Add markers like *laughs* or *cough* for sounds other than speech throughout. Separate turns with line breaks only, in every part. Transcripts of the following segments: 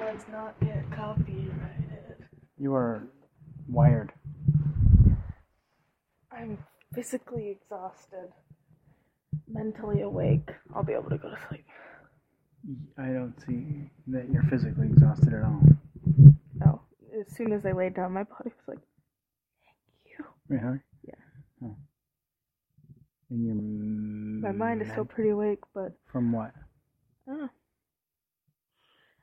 Let's not get copyrighted.
You are wired.
I'm physically exhausted, mentally awake. I'll be able to go to sleep.
I don't see that you're physically exhausted at all.
Oh, as soon as I laid down, my body was like, "Thank you."
Really?
Yeah.
Oh. And your m-
My mind is
Mm.
still pretty awake, but
from what?
I don't know.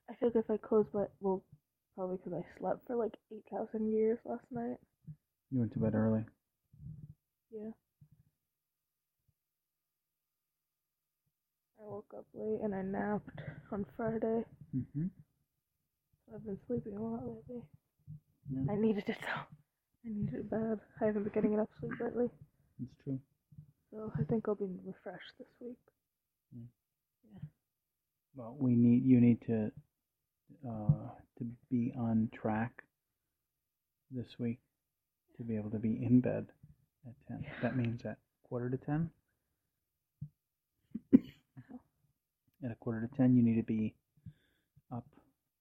I feel like if I close my well, probably because I slept for like eight thousand years last night.
You went to bed early.
Yeah. I woke up late and I napped on Friday.
Mm-hmm.
I've been sleeping a lot lately.
Yeah,
I needed it though. I needed it bad. I haven't been getting enough sleep lately,
that's true.
so I think I'll be refreshed this week.
Well, we need you need to uh, to be on track this week to be able to be in bed at ten. That means at quarter to ten. At a quarter to ten, you need to be up.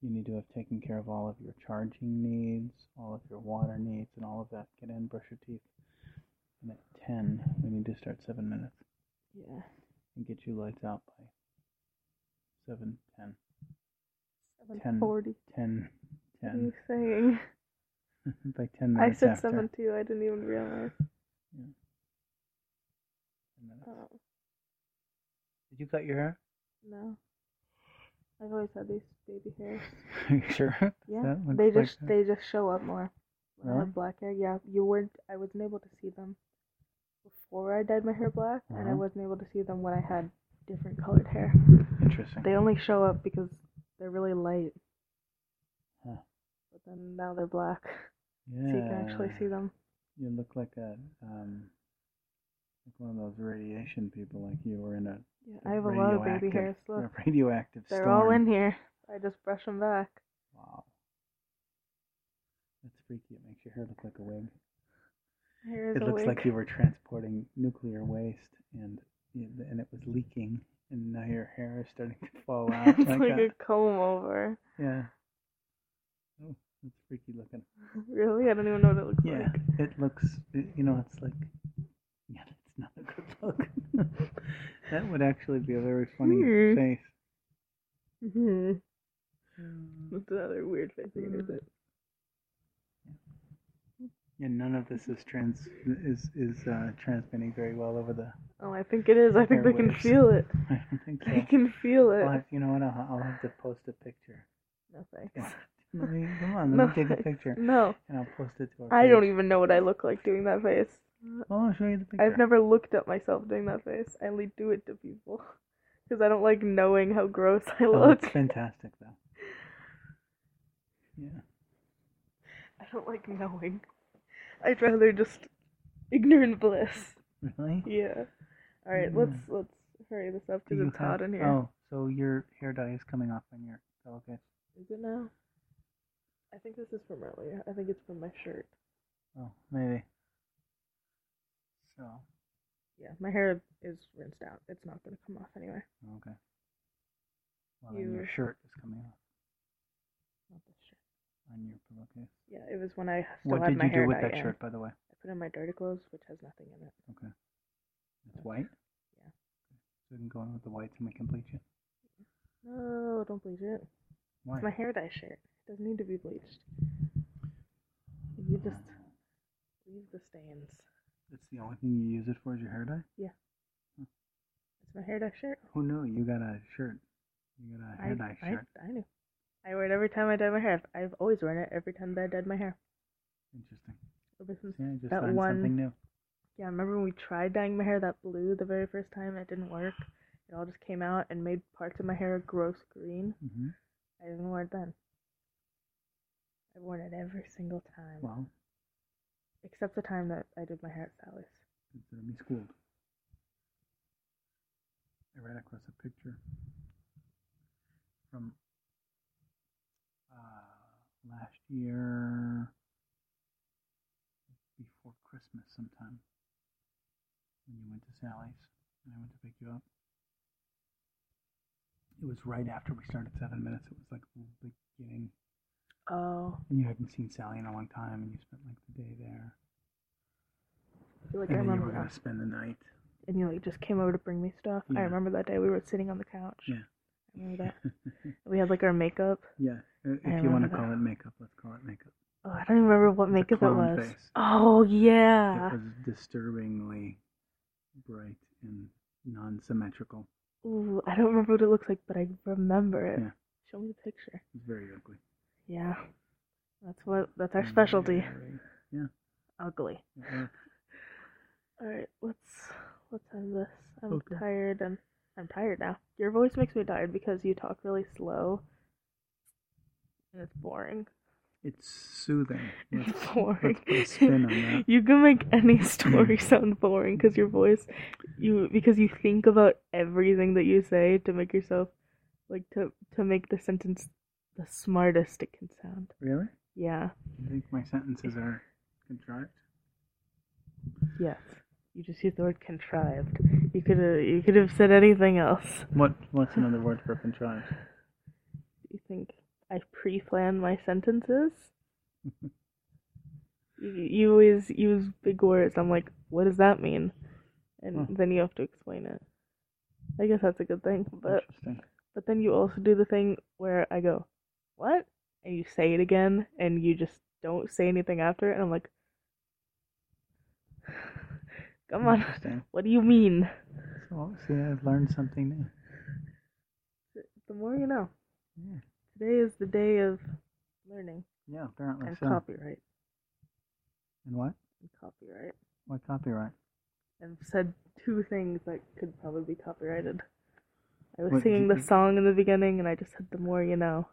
You need to have taken care of all of your charging needs, all of your water needs, and all of that. Get in, brush your teeth. And at ten, we need to start seven minutes
Yeah.
and get you lights out by seven ten.
Seven forty.
10,
What are
10,
you saying?
*laughs* by 10
Mm. I
minutes
said
after.
seven too. I didn't even realize.
10 minutes.
Oh,
Did you cut your hair? *laughs*
no. I've always had these baby hairs.
Are you sure?
Yeah,
That looks
they
like
just
that.
they just show up more. When I
Really?
have black hair. Yeah, you weren't. I wasn't able to see them before I dyed my hair black, and I
Uh-huh.
wasn't able to see them when I had different colored hair.
Interesting.
They only show up because they're really light.
Huh.
But then now they're black, *laughs*
yeah.
so you can actually see them.
You look like a, um, like one of those radiation people, like you were in a,
Yeah, I have a lot of baby
radioactive-
hairs.
a
Look,
radioactive
they're
storm.
all in here. I just brush them back.
Wow. That's freaky. It makes your hair look like a wig.
Here is
It
a
looks
wig. *laughs*
like you were transporting nuclear waste and and it was leaking, and now your hair is starting to fall
*laughs*
out.
it's
like
like
that.
a comb over.
Yeah. Oh, that's freaky looking.
Really, I don't even know what it looks
Yeah,
like.
it looks. It, you know, it's like. Yeah, that's not a good look. *laughs* that would actually be a very funny
Hmm.
face.
hmm *laughs* That's another weird face. Is
Mm.
it?
And none of this is trans is is uh, transmitting very well over the. *laughs*
Oh, I think it is. I think they can
Airwaves.
feel it.
I don't think
They
so.
can feel
I'll
it.
have, you know what? I'll, I'll have to post a picture.
No
Yeah.
thanks.
Let me, come
*laughs*
on, let me take a
Nothing.
picture,
No,
and I'll post it to our.
I don't
page.
even know what I look like doing that face.
Well, I'll show you the picture.
I've never looked at myself doing that face. I only do it to people *laughs* because I don't like knowing how gross I
Oh,
look.
it's fantastic though. Yeah.
*laughs* I don't like knowing. I'd rather just ignorant bliss.
Really?
Yeah. All right,
Yeah.
let's let's hurry this up
Do
because
you
it's
have-
hot in here.
Oh, so your hair dye is coming off on your oh, okay.
Is it now? I think this is from earlier. I think it's from my shirt.
Oh, maybe. So
Yeah, my hair is rinsed out. It's not gonna come off anyway.
okay. Well, then your
You-
shirt is coming off
Not this shirt.
on your pillowcase.
Yeah, it was when I still
What
had
did
my
you
hair
do with
dye
that
in.
shirt, by the way?
I put in my dirty clothes, which has nothing in it.
Okay. It's white.
Yeah.
So we can go in with the whites and we can bleach it.
No, don't bleach it.
Why?
It's my hair dye shirt. It doesn't need to be bleached. You just leave the stains.
That's Uh, the only thing you use it for is your hair dye.
It's my hair dye shirt.
Who knew you got a shirt? You got a hair dye
I,
shirt.
I, I knew. I wear it every time I dye my hair. I've always worn it every time that I dyed my hair.
Interesting.
Ever since-
Yeah, I just
That
learned
one-
something new.
Yeah, remember when we tried dyeing my hair that blue the very first time and it didn't work? It all just came out and made parts of my hair gross green.
hmm
I didn't wear it then. I've worn it every single time.
Well,
Except the time that I did my hair at Sally's.
consider me schooled. I ran across a picture from uh, last year before Christmas sometime when you went to Sally's and I went to pick you up. It was right after we started seven minutes. It was like a big eating.
Oh,
And you hadn't seen Sally in a long time, and you spent like the day there.
I feel like I
and then you
remember
were going
that.
to spend the night.
And you like just came over to bring me stuff.
Yeah.
I remember that day we were sitting on the couch.
Yeah.
I remember that. We had like our makeup.
yeah. If
I
you want
remember
to call
that.
it makeup, let's call it makeup.
Oh, I don't even remember what
The
makeup it
clown
was.
face.
Oh yeah.
It was disturbingly bright and non symmetrical.
Ooh, I don't remember what it looks like, but I remember it.
Yeah.
Show me the picture.
It was very ugly.
Yeah. That's what that's
Mm,
our specialty.
Very- Uh,
Ugly.
yeah.
Alright, let's let's end this. I'm
Okay.
tired and I'm tired now. Your voice makes me tired because you talk really slow and it's boring.
It's soothing.
*laughs*
Let's,
It's boring.
let's put a spin on that.
you can make
*laughs*
any story sound boring because your voice, you because you think about everything that you say to make yourself, like to to make the sentence the smartest it can sound.
Really?
Yeah.
You think my sentences are contrived?
Yes. You just used the word contrived. You could have you could have said anything else.
What What's another word for contrived?
You think I pre-plan my sentences? you, you always use big words. I'm like, what does that mean? And
Hmm.
then you have to explain it. I guess that's a good thing, *laughs* but
Interesting.
but then you also do the thing where I go, what? And you say it again, and you just don't say anything after, it, and I'm like, *sighs* come on, *laughs*
Interesting.
*laughs* what do you mean?
So, see, I've learned something new.
The more you know.
Yeah.
Today is the day of learning
Yeah, apparently
and
so.
copyright
and what?
and copyright.
What copyright?
I've said two things that could probably be copyrighted. I was
What, do
singing
you-
the song in the beginning, and I just said, "The more you know."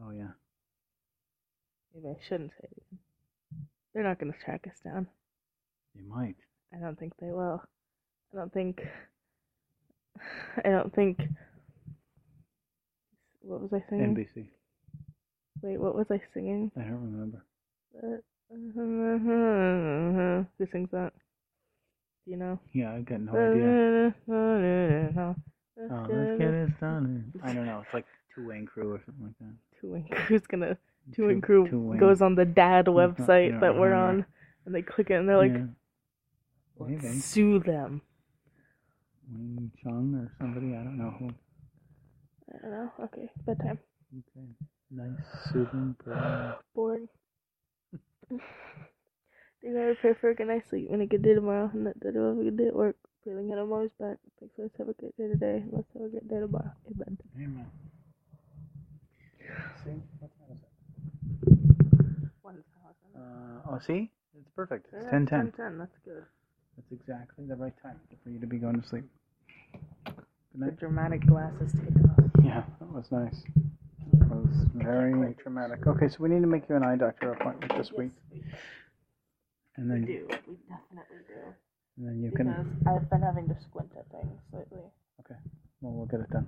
Oh, yeah.
Maybe I shouldn't say it. Again. They're not going to track us down.
You might.
I don't think they will. I don't think. *sighs* I don't think. What was I singing?
NBC.
Wait, what was I singing?
I don't remember.
Who sings that? Do you know?
Yeah, I've got no
Uh,
idea.
*laughs*
Oh, let's get it started. I don't know. It's like Two Wayne Crew or something like that.
Two Who's gonna Two
Two-
and Crew
Two Wayne.
goes on the dad
not-
website
yeah,
that we're
uh-huh.
on, and they click it, and they're like,
Yeah.
"Let's
Maybe.
sue them."
Wing Chung or somebody. I don't know who.
I don't know. Okay, bedtime.
Okay. Nice, soothing, program.
Boring. *laughs* you gotta pray for a good night's sleep and a good day tomorrow, and that they'll have a good day at work. Feeling it, I'm always back. Thanks, let's have a great day today. Let's have a great day tomorrow. Amen.
Amen. See? What time is it? Uh, oh, see? It's perfect. It's ten ten.
That's good.
That's exactly the right time for you to be going to sleep. Good
The
night.
dramatic glasses take off.
Yeah, that was nice. That was very traumatic. Okay, so we need to make you an eye doctor appointment this week, and
we
then
do. We definitely do.
and then you
Because
can.
I've been having to squint at things lately.
Well, we'll get it done.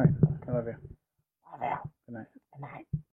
All right. I love you.
Love you.
Good night.
Good night.